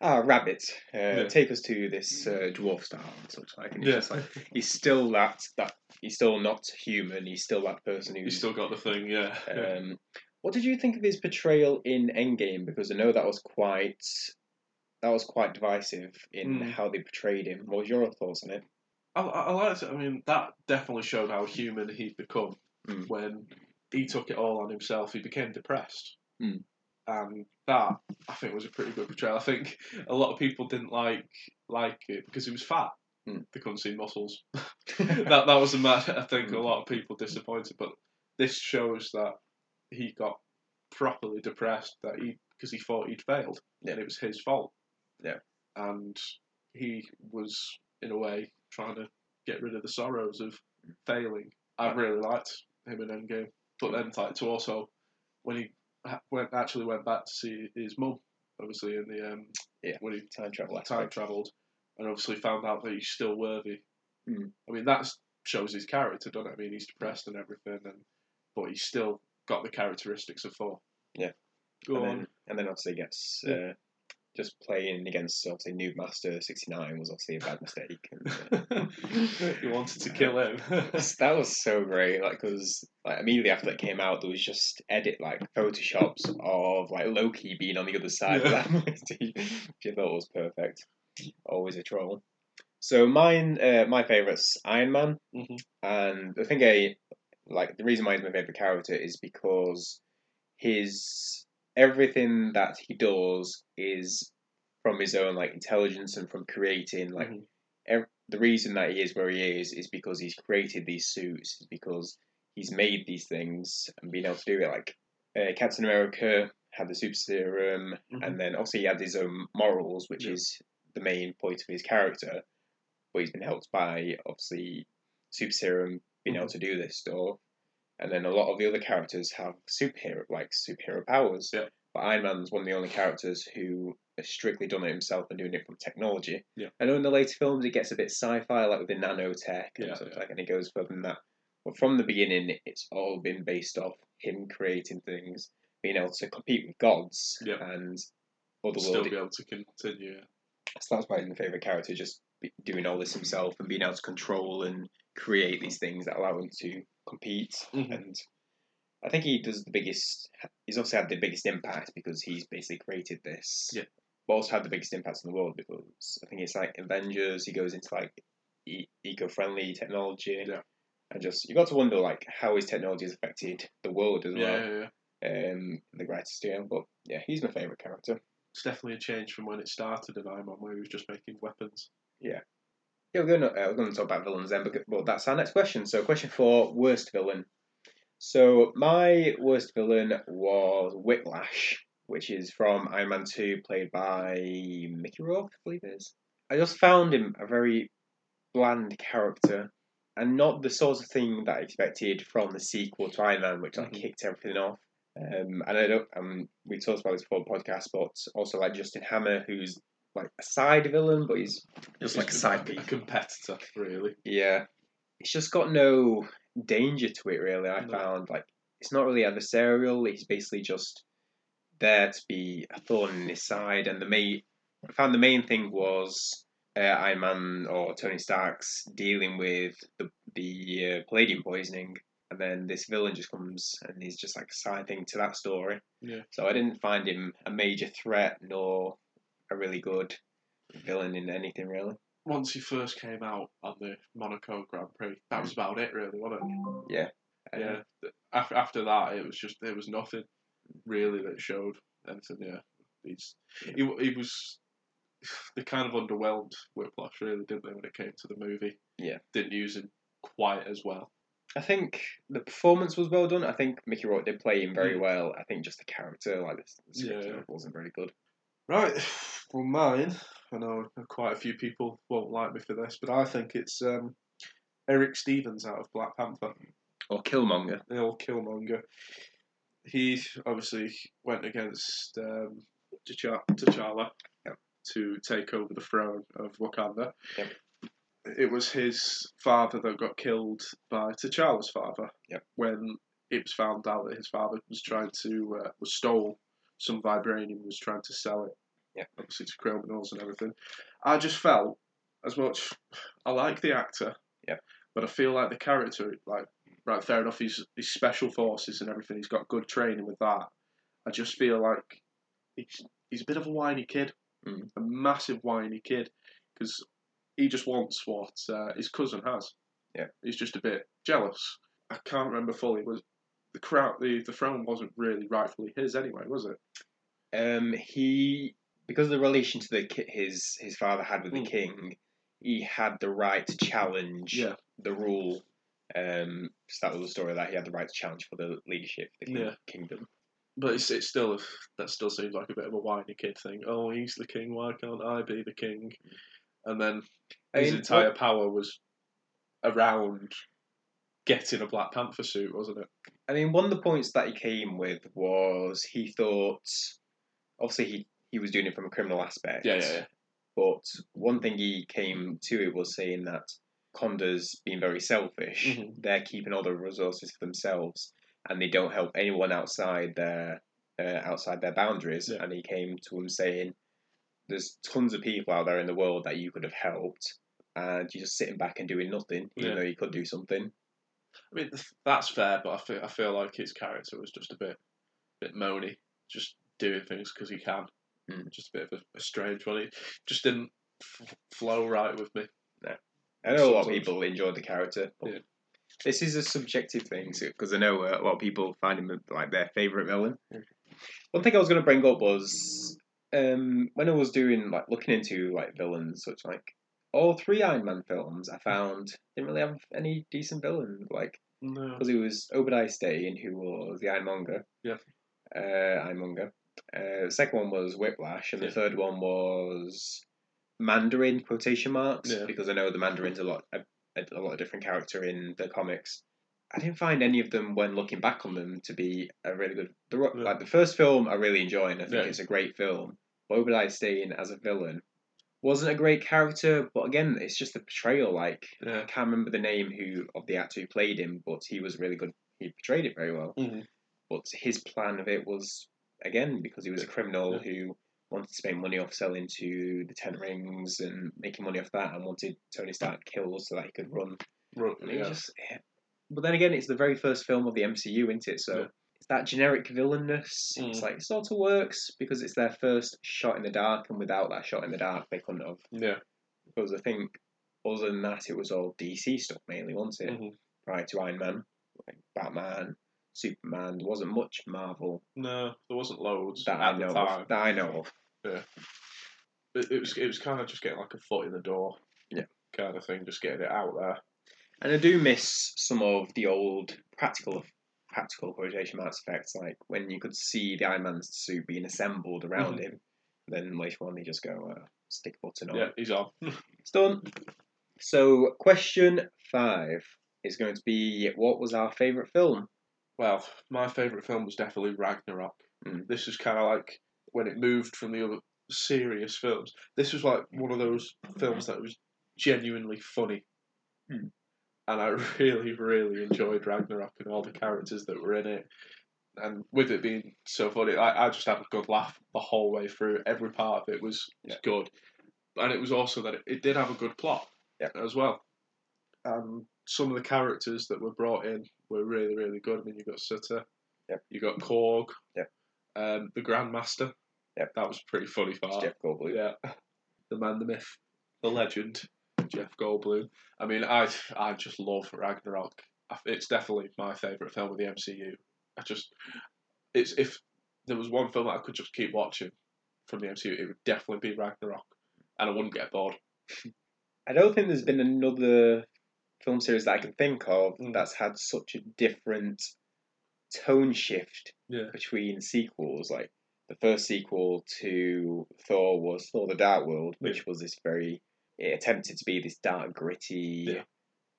A: ah, rabbit, uh,
B: Yeah. Mm.
A: take us to this uh, dwarf star and such like. And it's
B: Yeah.
A: just like he's still that that he's still not human. He's still that person who's
B: he's still got the thing yeah
A: Um, what did you think of his portrayal in Endgame? Because I know that was quite that was quite divisive in
B: Mm.
A: how they portrayed him. What was your thoughts on it?
B: I, I I liked it. I mean, that definitely showed how human he'd become
A: Mm.
B: when he took it all on himself. He became depressed.
A: Mm.
B: And that, I think, was a pretty good portrayal. I think a lot of people didn't like like it because he was fat.
A: Mm.
B: They couldn't see muscles. that that was a matter. I think
A: Hmm.
B: a lot of people disappointed, but this shows that he got properly depressed that he because he thought he'd failed
A: Yeah.
B: and it was his fault.
A: Yeah.
B: and he was in a way trying to get rid of the sorrows of failing. I really liked him in Endgame, but then like to also when he ha- went actually went back to see his mum, obviously in the um
A: Yeah.
B: when he
A: Time travel.
B: time
A: aspect.
B: travelled, and obviously found out that he's still worthy.
A: Mm.
B: I mean, that shows his character, doesn't it? I mean, he's depressed and everything, and but he's still got the characteristics of Thor.
A: Yeah.
B: Go
A: And
B: on. Hmm.
A: then and then obviously gets uh, just playing against obviously Noob Master sixty nine was obviously a bad mistake. And, uh,
B: you wanted to kill him.
A: That's- that was so great. Like, because like immediately after that came out, there was just edit like photoshops of like Loki being on the other side
B: Yeah.
A: of that movie, which I thought was perfect. Always a troll. So mine, uh, my favourite's Iron Man,
B: Mhm.
A: and I think I like the reason why he's my favourite character is because his everything that he does is from his own like intelligence and from creating like
B: Mhm.
A: ev- the reason that he is where he is is because he's created these suits, is because he's made these things and been able to do it. Like uh, Captain America had the super serum,
B: Mhm.
A: and then obviously he had his own morals, which
B: Yeah.
A: is the main point of his character. But he's been helped by obviously super serum being able
B: Mhm.
A: to do this stuff, and then a lot of the other characters have superhero like superhero powers.
B: Yeah.
A: But Iron Man's one of the only characters who has strictly done it himself and doing it from technology. I know in the later films it gets a bit sci-fi, like with the nanotech and
B: Yeah,
A: stuff
B: yeah.
A: like, and it goes further than that. But from the beginning, it's all been based off him creating things, being able to compete with gods
B: Yeah.
A: and other
B: Still
A: world.
B: be able to continue.
A: So that's my favorite character, just be- doing all this himself and being able to control and create these things that allow him to compete.
B: Mhm.
A: And I think he does the biggest. He's also had the biggest impact because he's basically created this.
B: Yeah.
A: But also had the biggest impact on the world because I think it's like Avengers. He goes into like e- eco-friendly technology.
B: Yeah.
A: And just you got to wonder like how his technology has affected the world as
B: Yeah,
A: well.
B: yeah, yeah.
A: Um, the greatest deal. But yeah, he's my favorite character.
B: It's definitely a change from when it started in Iron Man, where he was just making weapons.
A: Yeah, we're going to, uh, we're going to talk about villains then, but, but that's our next question. So, question four worst villain. So, my worst villain was Whiplash, which is from Iron Man 2, played by Mickey Rourke, I believe it is. I just found him a very bland character and not the sort of thing that I expected from the sequel to Iron Man, which like
B: Mhm.
A: kicked everything off. Um, and I don't, um, we talked about this before the podcast, but also like Justin Hammer, who's like a side villain, but he's just like a side
B: a
A: piece.
B: competitor, really.
A: Yeah. It's just got no danger to it, really, I
B: No.
A: found. Like, it's not really adversarial. He's basically just there to be a thorn in his side. And the main, I found the main thing was uh, Iron Man or Tony Stark's dealing with the, the uh, palladium poisoning. And then this villain just comes and he's just like a side thing to that story.
B: Yeah.
A: So I didn't find him a major threat nor a really good villain in anything, really.
B: Once he first came out on the Monaco Grand Prix, that was about it, really, wasn't it?
A: Uh,
B: Yeah. After, after that, it was just there was nothing really that showed anything. Yeah, he's he, w- he was they kind of underwhelmed Whiplash really, didn't they, when it came to the movie?
A: Yeah.
B: didn't use him quite as well.
A: I think the performance was well done. I think Mickey Rourke did play him very
B: Mm.
A: well. I think just the character, like the, the script
B: Yeah.
A: wasn't very good.
B: Right, well, mine. I know quite a few people won't like me for this, but I think it's um, Eric Stevens out of Black Panther.
A: Or Killmonger.
B: the old Killmonger. He obviously went against um, T'Cha- T'Challa
A: Yep.
B: to take over the throne of Wakanda.
A: Yep.
B: It was his father that got killed by T'Challa's father
A: Yep.
B: when it was found out that his father was trying to uh, was stole some vibranium, was trying to sell it,
A: Yep.
B: obviously to criminals and everything. I just felt as much. I like the actor,
A: Yep.
B: but I feel like the character, like right, fair enough. He's he's special forces and everything. He's got good training with that. I just feel like he's he's a bit of a whiny kid,
A: Mm.
B: a massive whiny kid, because he just wants what uh, his cousin has.
A: Yeah.
B: he's just a bit jealous. I can't remember fully. Was the crown the the throne wasn't really rightfully his anyway, was it?
A: Um, he because of the relation to the ki- his his father had with the
B: Mm.
A: king, he had the right to challenge the rule. Um, so that was the story that he had the right to challenge for the leadership of the king-
B: Yeah.
A: kingdom.
B: But it's, it's still that still seems like a bit of a whiny kid thing. Oh, he's the king. Why can't I be the king? And then
A: I
B: his
A: mean,
B: entire
A: what-
B: power was around getting a Black Panther suit, wasn't it?
A: I mean, one of the points that he came with was he thought, obviously he he was doing it from a criminal aspect. But one thing he came to it was saying that Conda's being very selfish.
C: Mm-hmm.
B: Mhm.
A: They're keeping all the resources for themselves and they don't help anyone outside their uh, outside their boundaries,
C: Yeah.
A: and he came to him saying, "There's tons of people out there in the world that you could have helped, and you're just sitting back and doing nothing, even
C: Yeah.
A: though you could do something."
B: I mean, th- that's fair, but I feel, I feel like his character was just a bit bit moany, just doing things because he can.
A: Mm.
B: Just a bit of a, a strange one. It just didn't f- flow right with me.
A: I know a lot of
B: Sometimes.
A: people enjoyed the character. But
B: Yeah.
A: This is a subjective thing because I know uh, a lot of people find him like their favorite villain.
B: Mhm.
A: One thing I was going to bring up was um, when I was doing like looking into like villains, such like all three Iron Man films,
B: Hmm.
A: I found didn't really have any decent villain. Like
B: No.
A: because it was Obadiah Stane who was the Ironmonger.
B: Yeah.
A: Uh, Ironmonger. Uh, the second one was Whiplash, and
B: Yeah.
A: the third one was Mandarin quotation marks
B: Yeah.
A: because I know the Mandarin's a lot a, a lot of different character in the comics. I didn't find any of them when looking back on them to be a really good. The, ro
B: Yeah.
A: Like the first film, I really enjoy, and I think
B: Yeah.
A: it's a great film. But Obadiah Stane as a villain wasn't a great character, but again, it's just the portrayal. Like I
B: Yeah.
A: can't remember the name who of the actor who played him, but he was really good. He portrayed it very well.
B: Mhm.
A: But his plan of it was again because he was a criminal who wanted to make money off selling to the Ten Rings and making money off that, and wanted Tony Stark killed so that he could run.
B: Ru-
A: And he
B: yeah.
A: just, yeah. But then again, it's the very first film of the MCU, isn't it? So.
B: Yeah.
A: It's that generic villainness. It's
B: Mm.
A: like it sort of works because it's their first shot in the dark, and without that shot in the dark, they couldn't have
B: yeah.
A: because I think other than that, it was all DC stuff mainly, wasn't it?
B: Mhm.
A: Prior to Iron Man, like Batman, Superman, there wasn't much Marvel
B: No, there wasn't loads
A: that
B: at
A: I
B: the
A: know
B: time.
A: of. That I know of.
B: It, it was it was kind of just getting like a foot in the door.
A: Yeah.
B: Kind of thing, just getting it out there.
A: And I do miss some of the old practical practical quotation marks effects, like when you could see the Iron Man's suit being assembled around
B: Mhm.
A: him. Then later on, they just go uh, stick a button on.
B: Yeah, he's on.
A: It's done. So question five is going to be: What was our favorite film?
B: Well, my favourite film was definitely Ragnarok.
A: Mm.
B: This is kind of like when it moved from the other serious films. This was like one of those films that was genuinely funny.
A: Mm.
B: And I really, really enjoyed Ragnarok and all the characters that were in it. And with it being so funny, I, I just had a good laugh the whole way through. Every part of it was, was good. And it was also that it, it did have a good plot
A: Yeah.
B: as well. And some of the characters that were brought in were really, really good. I mean, you got Sutter,
A: Yep.
B: you got Korg,
A: Yep.
B: um, the Grandmaster.
A: Yep.
B: That was a pretty funny
A: It's
B: part.
A: Jeff Goldblum.
B: Yeah, the man, the myth, the legend, Jeff Goldblum. I mean, I I just love Ragnarok. I- It's definitely my favorite film of the MCU. I just it's if there was one film that I could just keep watching from the MCU, it would definitely be Ragnarok, and I wouldn't get bored.
A: I don't think there's been another film series that I can think of
B: Mm.
A: that's had such a different tone shift
B: Yeah.
A: between sequels. Like the first sequel to Thor was Thor: The Dark World,
B: Yeah.
A: which was this very it attempted to be this dark, gritty,
B: Yeah.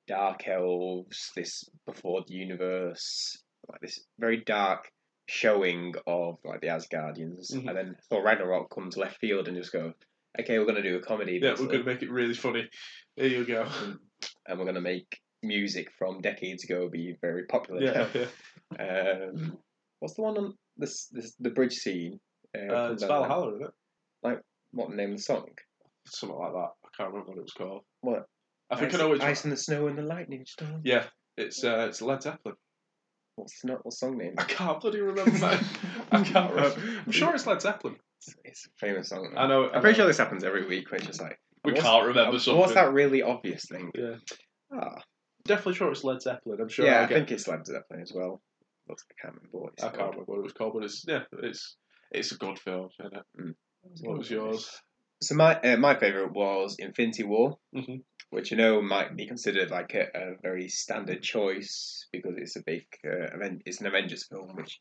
A: dark elves, this before the universe, like this very dark showing of like the Asgardians,
B: Mhm.
A: and then Thor Ragnarok comes left field and just go, okay, we're gonna do a comedy.
B: Yeah,
A: basically
B: we're gonna make it really funny. There you go.
A: and we're going to make music from decades ago be very popular.
B: Yeah, yeah.
A: Um, what's the one on this, this the bridge scene? Uh,
B: Uh,
A: comes
B: it's
A: out now.
B: Valhalla, isn't it?
A: What the name of the song?
B: Something like that. I can't remember what it was called.
A: What?
B: I think
A: ice,
B: I know which. one.
A: Ice and the snow and the lightning storm.
B: Yeah, it's uh, it's Led Zeppelin.
A: What's not what song name?
B: I can't bloody remember that. I can't remember. I'm sure it's Led Zeppelin.
A: It's, it's a famous song.
B: I know. uh,
A: I'm pretty sure this happens every week. We're just like,
B: we
A: what's-
B: can't remember
A: what's
B: something.
A: that really obvious thing?
B: Yeah,
A: Ah,
B: definitely sure it's Led Zeppelin. I'm sure.
A: yeah,
B: I,
A: I
B: get-
A: think it's Led Zeppelin as well. But I can't remember what it's
B: I can't
A: called.
B: remember what it was called, but it's yeah, it's it's a good film. Isn't it? What was yours?
A: So my uh, my favorite was Infinity War,
B: Mhm.
A: which you know might be considered like a, a very standard choice because it's a big uh, Aven- it's an Avengers film, which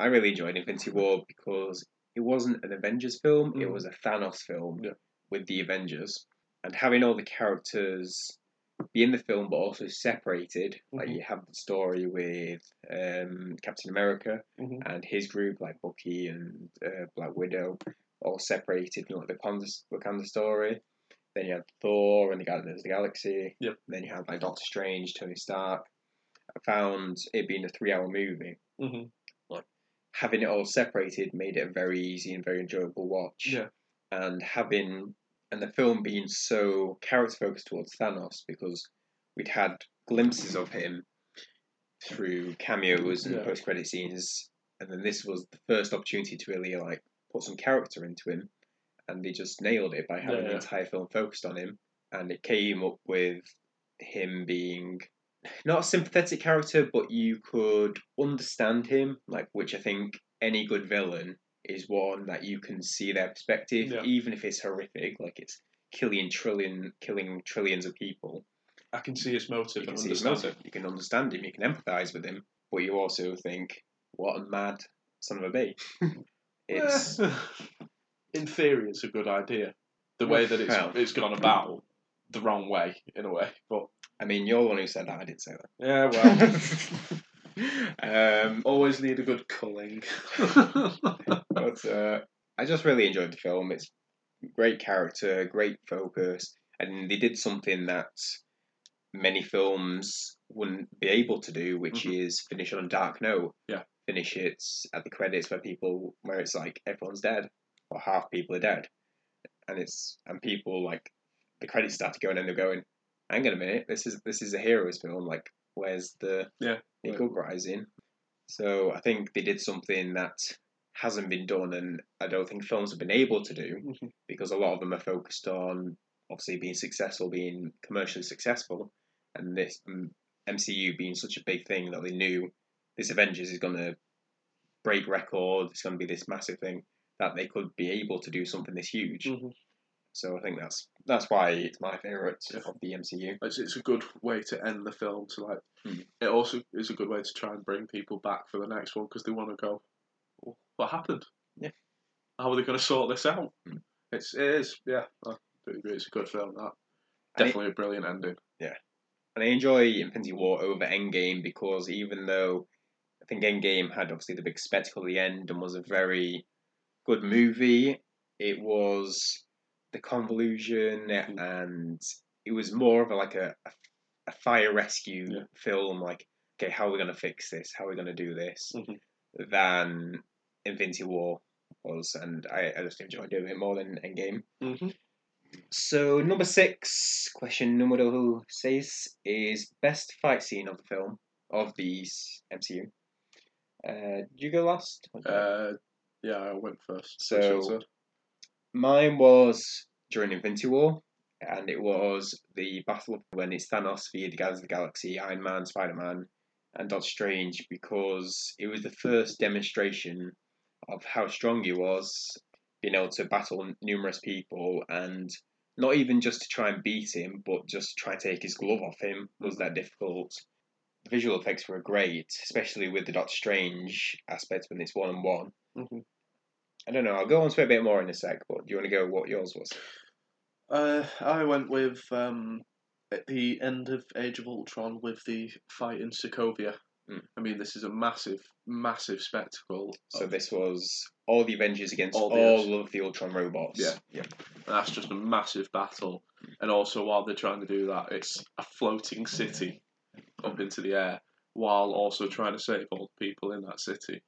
A: I really enjoyed Infinity War because it wasn't an Avengers film; it
B: Mhm.
A: was a Thanos film
B: Yeah.
A: with the Avengers, and having all the characters be in the film but also separated. Like
B: Mhm.
A: you have the story with um, Captain America
B: Mhm.
A: and his group, like Bucky and uh, Black Widow, all separated in like the Wakanda, Wakanda story. Then you had Thor and the Guardians of the Galaxy.
B: Yep.
A: Then you had like Doctor Strange, Tony Stark. I found it being a three-hour movie
B: Mhm.
A: having it all separated made it a very easy and very enjoyable watch.
B: Yeah.
A: And having and the film being so character focused towards Thanos because we'd had glimpses of him through cameos and
B: Yeah.
A: post credit scenes, and then this was the first opportunity to really like put some character into him, and they just nailed it by having the
B: Yeah.
A: entire film focused on him, and it came up with him being not a sympathetic character, but you could understand him, like which I think any good villain is one that you can see their perspective,
B: Yeah.
A: even if it's horrific, like it's killing trillion killing trillions of people.
B: I can see his motive
A: You can
B: and
A: see his
B: understand
A: motive.
B: it.
A: You can understand him. You can empathise with him, but you also think, "What a mad son of a bee!" it's
B: Eh, in theory, it's a good idea. The way that it's
A: Well.
B: it's gone about the wrong way, in a way. But
A: I mean, you're the one who said that. I didn't say
B: yeah,
A: that. um,
B: always need a good culling. Mm-hmm.
A: but uh, I just really enjoyed the film. It's great character, great focus, and they did something that many films wouldn't be able to do, which is finish on a dark note.
B: Mm-hmm. Yeah.
A: Finish it at the credits where people where it's like everyone's dead or half people are dead, and it's and people like the credits started going and they're going, hang on a minute, this is this is a hero's film. Like, where's the
B: Yeah.
A: the good rising? So I think they did something that hasn't been done, and I don't think films have been able to do
B: Mhm.
A: because a lot of them are focused on obviously being successful, being commercially successful, and this um, MCU being such a big thing that they knew this Avengers is going to break records, it's going to be this massive thing that they could be able to do something this huge.
B: Mhm.
A: So I think that's that's why it's my favourite
B: Yeah.
A: of the MCU.
B: it's, it's a good way to end the film. To like,
A: Mm.
B: it also is a good way to try and bring people back for the next one because they want to go. "Well, What happened?
A: Yeah.
B: How are they going to sort this out?
A: Mm.
B: It's it is yeah. I do agree. It's a good film. That
A: And it-
B: definitely a brilliant ending.
A: And I enjoy Infinity War over Endgame because even though I think Endgame had obviously the big spectacle at the end and was a very good movie, it was the convolution and it was more of a, like a, a fire rescue
B: Yeah.
A: film. Like, okay, how are we going to fix this? How are we going to do this?
B: Mhm.
A: Than Infinity War was, and I, I just enjoyed doing it more than Endgame.
B: Mm-hmm.
A: So number six, question numero seis is best fight scene of the film of the s- MCU. Uh, did you go last?
B: Uh, yeah, I went first.
A: So-
B: I should say.
A: Mine was during Infinity War, and it was the battle when it's Thanos via the Guardians of the Galaxy, Iron Man, Spider Man, and Doctor Strange because it was the first demonstration of how strong he was, being able to battle numerous people and not even just to try and beat him, but just to try and take his glove off him was that difficult. The visual effects were great, especially with the Doctor Strange aspect when it's one on one.
B: Mhm.
A: I don't know. I'll go on to a bit more in a sec, but do you want to go what yours was?
B: Uh, I went with um, at the end of Age of Ultron with the fight in Sokovia.
A: Mm.
B: I mean, this is a massive, massive spectacle.
A: So this was all the Avengers against all,
B: All the
A: of the Ultron robots.
B: Yeah.
A: yeah.
B: That's just a massive battle. And also, while they're trying to do that, it's a floating city up into the air, while also trying to save all the people in that city.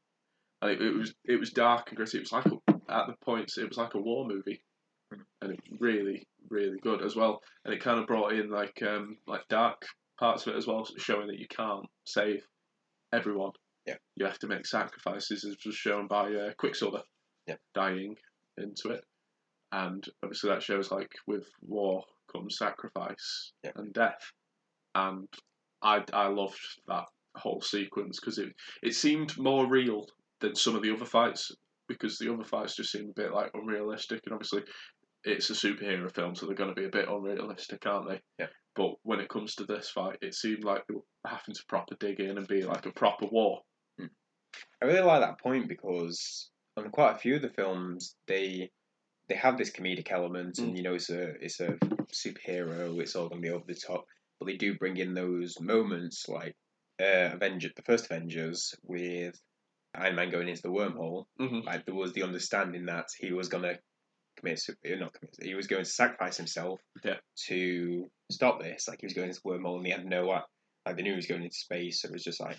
B: And it, it was it was dark and gritty. It was like a, at the points it was like a war movie, and it was really really good as well. And it kind of brought in like um, like dark parts of it as well, showing that you can't save everyone.
A: Yeah.
B: you have to make sacrifices, as was shown by uh, Quicksilver,
A: Yeah.
B: dying into it and obviously that shows like with war comes sacrifice
A: Yeah.
B: and death and i i loved that whole sequence because it it seemed more real than some of the other fights because the other fights just seemed a bit like unrealistic and obviously it's a superhero film so they're going to be a bit unrealistic aren't they
A: Yeah.
B: but when it comes to this fight it seemed like they were having to proper dig in and be like a proper war
A: I really like that point because on quite a few of the films they they have this comedic element and you know it's a it's a superhero, it's all gonna be over the top. But they do bring in those moments like uh Avenger the first Avengers with Iron Man going into the wormhole.
B: Mhm.
A: Like there was the understanding that he was gonna commit su- eh, not commit he was going to sacrifice himself
B: Yeah.
A: to stop this. Like he was going into the wormhole and he had no like, like they knew he was going into space, so it was just like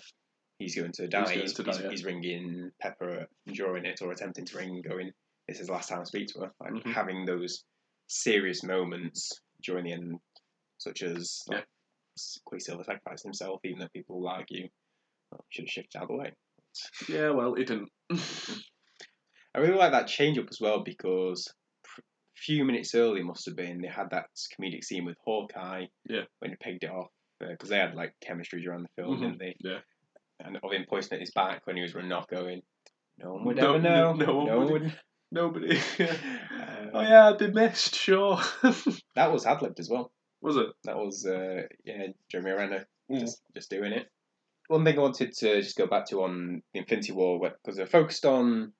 A: he's going to die. He's,
B: going
A: he's,
B: to die, yeah.
A: he's ringing Pepper during it or attempting to ring, going, "This is the last time I speak to her." Like
B: Mhm.
A: having those serious moments during the end, such as like, s- Quicksilver sacrificing himself, even though people will argue "Oh, should have shifted out of the way.
B: Yeah, well, it didn't.
A: I really like that change up as well because a few minutes early must have been they had that comedic scene with Hawkeye.
B: Yeah.
A: When he pegged it off because they had like chemistry during the film,
B: Mhm,
A: didn't they?
B: yeah.
A: And of him pointing at his back when he was running off, going, "No one would
B: No-
A: ever know.
B: no one
A: no one
B: would."
A: would."
B: Nobody.
A: Uh,
B: oh yeah, I'd be missed. Sure.
A: That was ad libbed as well.
B: Was it?
A: That was uh, yeah, Jeremy Renner
B: Mm.
A: just just doing it. One thing I wanted to just go back to on the Infinity War because they're focused on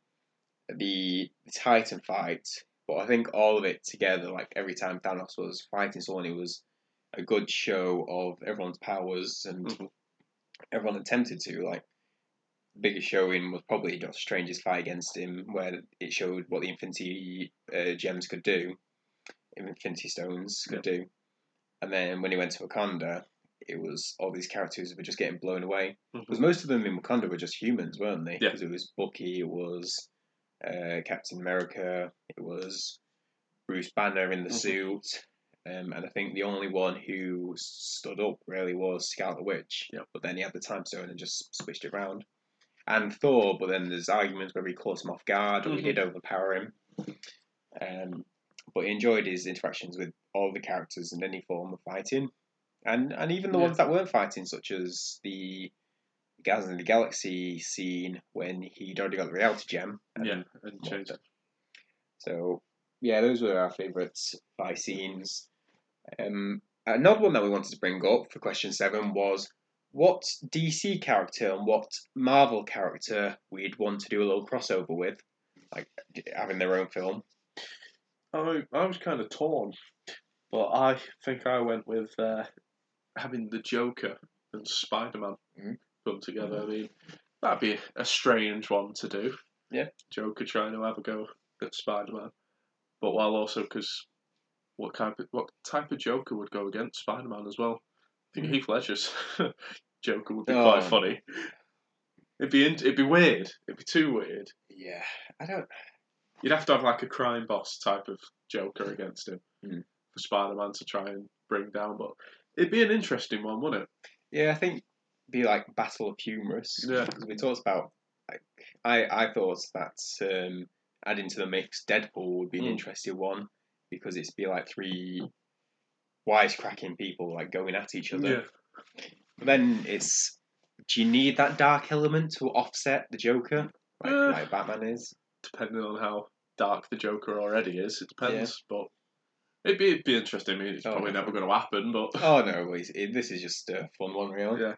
A: the Titan fight, but I think all of it together, like every time Thanos was fighting someone, it was a good show of everyone's powers and
B: Mhm.
A: everyone attempted to like. Biggest showing was probably Doctor Strange's fight against him, where it showed what the Infinity uh, Gems could do, Infinity Stones could do. And then when he went to Wakanda, it was all these characters were just getting blown away. Because most of them in Wakanda were just humans, weren't they?
B: Yeah.
A: Because it was Bucky, it was uh, Captain America, it was Bruce Banner in the
B: Mhm.
A: suit. Um, and I think the only one who stood up really was Scout the Witch.
B: Yeah.
A: But then he had the time stone and just switched it round. And Thor, but then there's arguments where he caught him off guard or he
B: Mhm.
A: did overpower him. Um, but he enjoyed his interactions with all the characters in any form of fighting, and and even the
B: Yeah.
A: ones that weren't fighting, such as the Guardians of the Galaxy scene when he'd already got the reality gem. and-
B: Yeah, and changed.
A: So yeah, those were our favourite fight scenes. Um, another one that we wanted to bring up for question seven was what DC character and what Marvel character we'd want to do a little crossover with, like having their own film.
B: I I was kind of torn, but I think I went with uh, having the Joker and Spider Man
A: Mhm.
B: come together. I mean, that'd be a strange one to do.
A: Yeah.
B: Joker trying to have a go at Spider Man, but while also because what type of what type of Joker would go against Spider Man as well? I think
A: Mhm.
B: Heath Ledger's Joker would be
A: Oh.
B: quite funny. It'd be in, it'd be weird. It'd be too weird.
A: Yeah, I don't.
B: You'd have to have like a crime boss type of Joker against him
A: Mm.
B: for Spider Man to try and bring down. But it'd be an interesting one, wouldn't it?
A: Yeah, I think be like Battle of Humorous.
B: Yeah.
A: Because we talked about, like, I I thought that um, adding to the mix Deadpool would be an
B: Mm.
A: interesting one because it's be like three wisecracking people like going at each other. But then it's do you need that dark element to offset the Joker like,
B: Uh.
A: like Batman is?
B: Depending on how dark the Joker already is, it depends. But it'd be, it'd be interesting. I mean, it's
A: Oh,
B: probably
A: yeah.
B: never going to happen, but
A: Oh no, it's- it, this is just a fun one, really.
B: Yeah.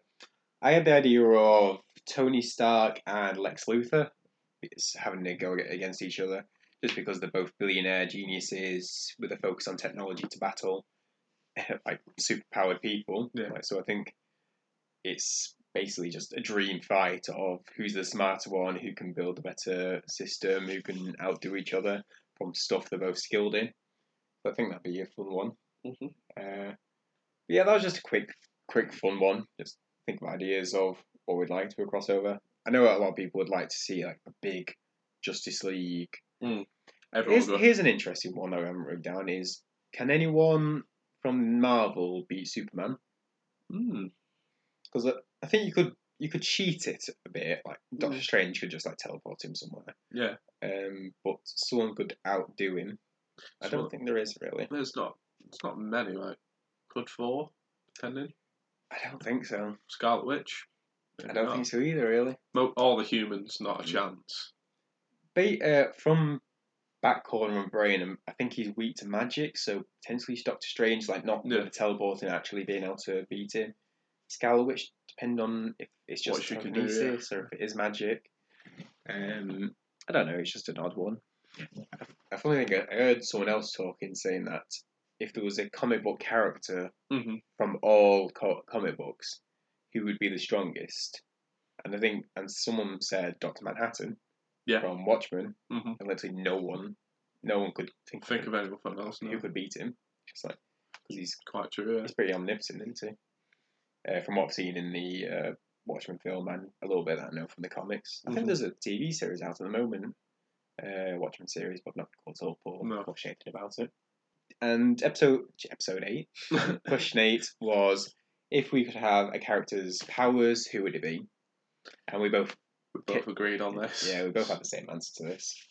A: I had the idea of Tony Stark and Lex Luthor it's having to go ag- against each other, just because they're both billionaire geniuses with a focus on technology to battle like superpowered people.
B: Yeah.
A: Like, so I think it's basically just a dream fight of who's the smarter one, who can build a better system, who can outdo each other from stuff they're both skilled in. So I think that'd be a fun one.
B: Mhm.
A: Uh, yeah, that was just a quick, quick fun one. Just think of ideas of what we'd like to do a crossover. I know a lot of people would like to see like a big Justice League.
B: everyone
A: Here's,
B: go.
A: here's an interesting one that I haven't wrote down: is can anyone from Marvel beat Superman?
B: Hmm.
A: Because I, I think you could you could cheat it a bit. Like Doctor Strange could just like teleport him somewhere.
B: Yeah.
A: Um, but someone could outdo him. I
B: Someone-
A: don't think there is really.
B: There's not It's not many, like Good Four, depending.
A: I don't think so.
B: Scarlet Witch.
A: I don't think Hmm. so either, really.
B: Mo- all the humans, not a chance.
A: They, uh, from back corner of brain, um, I think he's weak to magic, so potentially Doctor Strange, like not
B: Yeah.
A: the teleporting, actually being able to beat him. Scowl, which depend on if it's just
B: What she can do, yeah.
A: telekinesis or if it is magic. Um, I don't know. It's just an odd one. I finally think I I heard someone else talking saying that if there was a comic book character
B: hmm
A: from all co- comic books, who would be the strongest? And I think, and someone said Doctor Manhattan,
B: Yeah.
A: from Watchmen,
B: hmm
A: and literally no one, no one could think,
B: Think of anyone else now.
A: who could beat him. Just like because he's
B: Quite true. Yeah.
A: he's pretty omnipotent, isn't he? Uh, from what I've seen in the uh, Watchmen film and a little bit that I know from the comics. I
B: Mhm.
A: think there's a TV series out at the moment, uh, Watchmen series, but I've not caught up or
B: No.
A: watched anything about it. And episode episode eight, question eight was if we could have a character's powers, who would it be? And we both
B: We both agreed on this.
A: yeah we both had the same answer to this.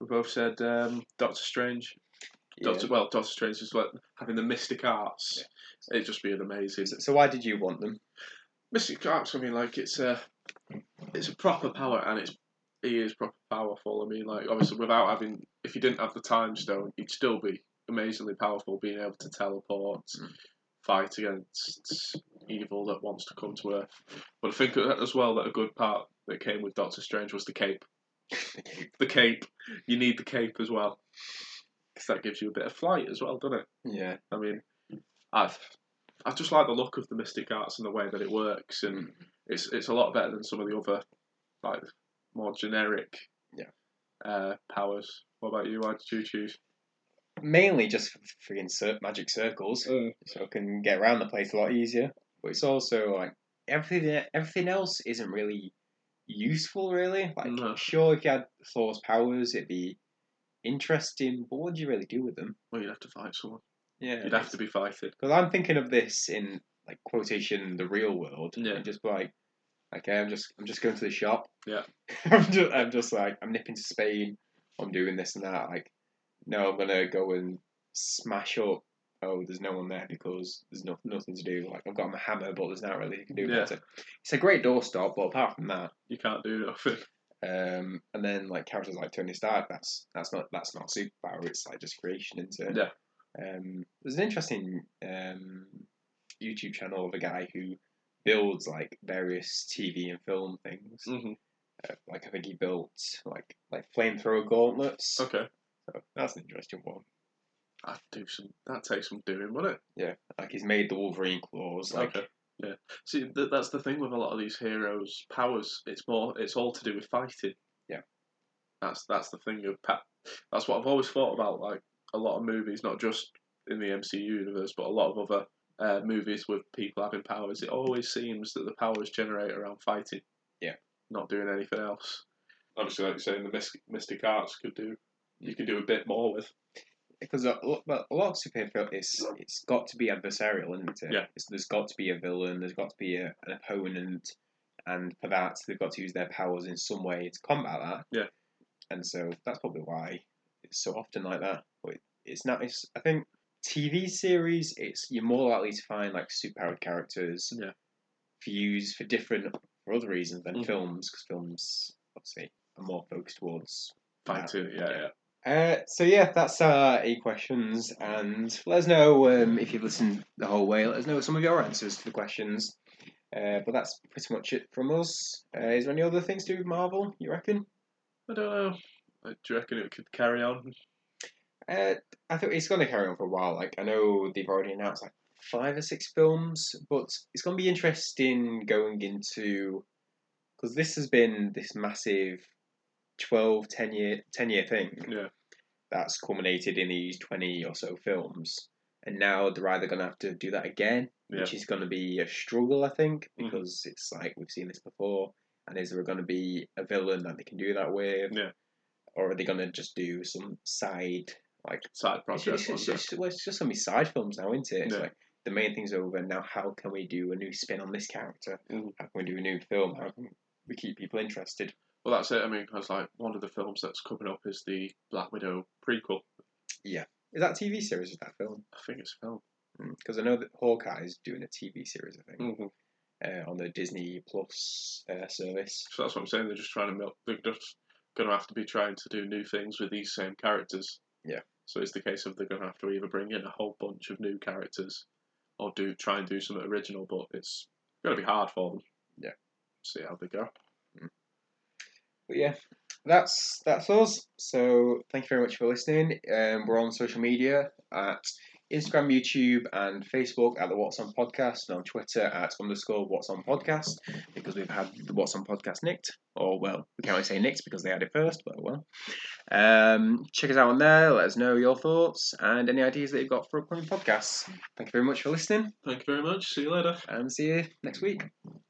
B: We both said um, Doctor Strange. Doctor well, Doctor Strange is like having the mystic arts. It'd just be an amazing.
A: So, so why did you want them?
B: Mystic arts. I mean, like it's a it's a proper power, and it's he is proper powerful. I mean, like obviously without having, if you didn't have the time stone, you'd still be amazingly powerful, being able to teleport,
A: Mm.
B: fight against evil that wants to come to Earth. But I think as well that a good part that came with Doctor Strange was the cape. The cape. You need the cape as well. Because that gives you a bit of flight as well, doesn't it?
A: yeah,
B: I mean, I've I just like the look of the Mystic Arts and the way that it works, and
A: Mm.
B: it's it's a lot better than some of the other like more generic
A: Yeah.
B: uh, powers. What about you? Why did you choose?
A: mainly just for freaking cir- magic circles. so I can get around the place a lot easier. But it's also like everything everything else isn't really useful, really. Like,
B: No.
A: sure, if you had Thor's powers, it'd be interesting, but what do you really do with them?
B: Well, you'd have to fight someone.
A: Yeah,
B: You'd have to be fighting.
A: Because I'm thinking of this in like quotation the real world.
B: Yeah.
A: and just like. Okay, I'm just I'm just going to the shop.
B: Yeah.
A: I'm just I'm just like I'm nipping to Spain. I'm doing this and that. Like, no, I'm gonna go and smash up. Oh, there's no one there because there's no, nothing to do. Like I've got my hammer, but there's not really you can do
B: Yeah.
A: about it. It's a great doorstop, but apart from that,
B: You can't do nothing.
A: um, and then like characters like Tony Stark, that's that's not that's not superpower. It's like just creation, isn't it?
B: Yeah.
A: Um, there's an interesting um, YouTube channel of a guy who builds like various TV and film things.
B: hmm
A: Uh, like I think he built like like flamethrower gauntlets.
B: Okay,
A: So that's an interesting one.
B: I do some. That takes some doing, wouldn't it?
A: Like he's made the Wolverine claws. Like
B: okay. Yeah. See, th- that's the thing with a lot of these heroes' powers. It's more. It's all to do with fighting.
A: Yeah.
B: That's that's the thing of pa- That's what I've always thought about. Like a lot of movies, not just in the MCU universe, but a lot of other uh, movies with people having powers. It always seems that the powers generate around fighting.
A: Yeah.
B: Not doing anything else. Obviously, like you're saying, the mystic, mystic arts could do. You could do a bit more with.
A: because a, lo- but a lot of superhero film it's it's got to be adversarial, isn't it?
B: Yeah.
A: It's, there's got to be a villain. There's got to be a, an opponent, and for that they've got to use their powers in some way to combat that.
B: Yeah.
A: And so that's probably why it's so often like that. But it's not. It's I think TV series. It's you're more likely to find like superpowered characters.
B: Yeah.
A: For use for different for other reasons than
B: Mhm.
A: films because films obviously are more focused towards
B: Fighting, yeah, yeah.
A: uh, so yeah, that's our eight questions, and let us know um, if you've listened the whole way. Let us know some of your answers to the questions. Uh, but that's pretty much it from us. Uh, is there any other things to do with Marvel? You reckon?
B: I don't know. Like, do you reckon it could carry on?
A: Uh, I think it's going to carry on for a while. Like I know they've already announced like five or six films, but it's going to be interesting going into because this has been this massive 12, 10 year, 10 year thing.
B: Yeah.
A: that's culminated in these 20 or so films. And now they're either going to have to do that again,
B: Yeah.
A: which is going to be a struggle, I think,
B: Mhm.
A: because it's like we've seen this before. And is there going to be a villain that they can do that with?
B: Yeah.
A: Or are they going to just do some side, like,
B: Side
A: it's,
B: project.
A: it's,
B: ones,
A: it's, it's, well, it's just going to be side films now, isn't it? It's
B: Yeah.
A: like the main thing's over. Now, how can we do a new spin on this character?
B: Mhm.
A: How can we do a new film? How can we keep people interested?
B: Well, that's it. I mean, because like one of the films that's coming up is the Black Widow prequel.
A: Is that a TV series or is that a film?
B: I think it's a film.
A: Because I know that Hawkeye is doing a TV series, I think.
B: Mm-hmm.
A: uh, on the Disney Plus uh, service.
B: So that's what I'm saying. They're just trying to milk. They're just going to have to be trying to do new things with these same characters.
A: Yeah.
B: So it's the case of they're going to have to either bring in a whole bunch of new characters, or do try and do something original. But it's going to be hard for them.
A: Yeah.
B: See how they go.
A: But yeah, that's that's us. So thank you very much for listening. Um, we're on social media at Instagram, YouTube, and Facebook at the What's On Podcast, and on Twitter at underscore What's On Podcast because we've had the What's On Podcast nicked, or well, we can't really say nicked because they had it first, but well. Um, check us out on there. Let us know your thoughts and any ideas that you've got for upcoming podcasts. Thank you very much for listening,
B: Thank you very much. See you later.
A: and see you next week.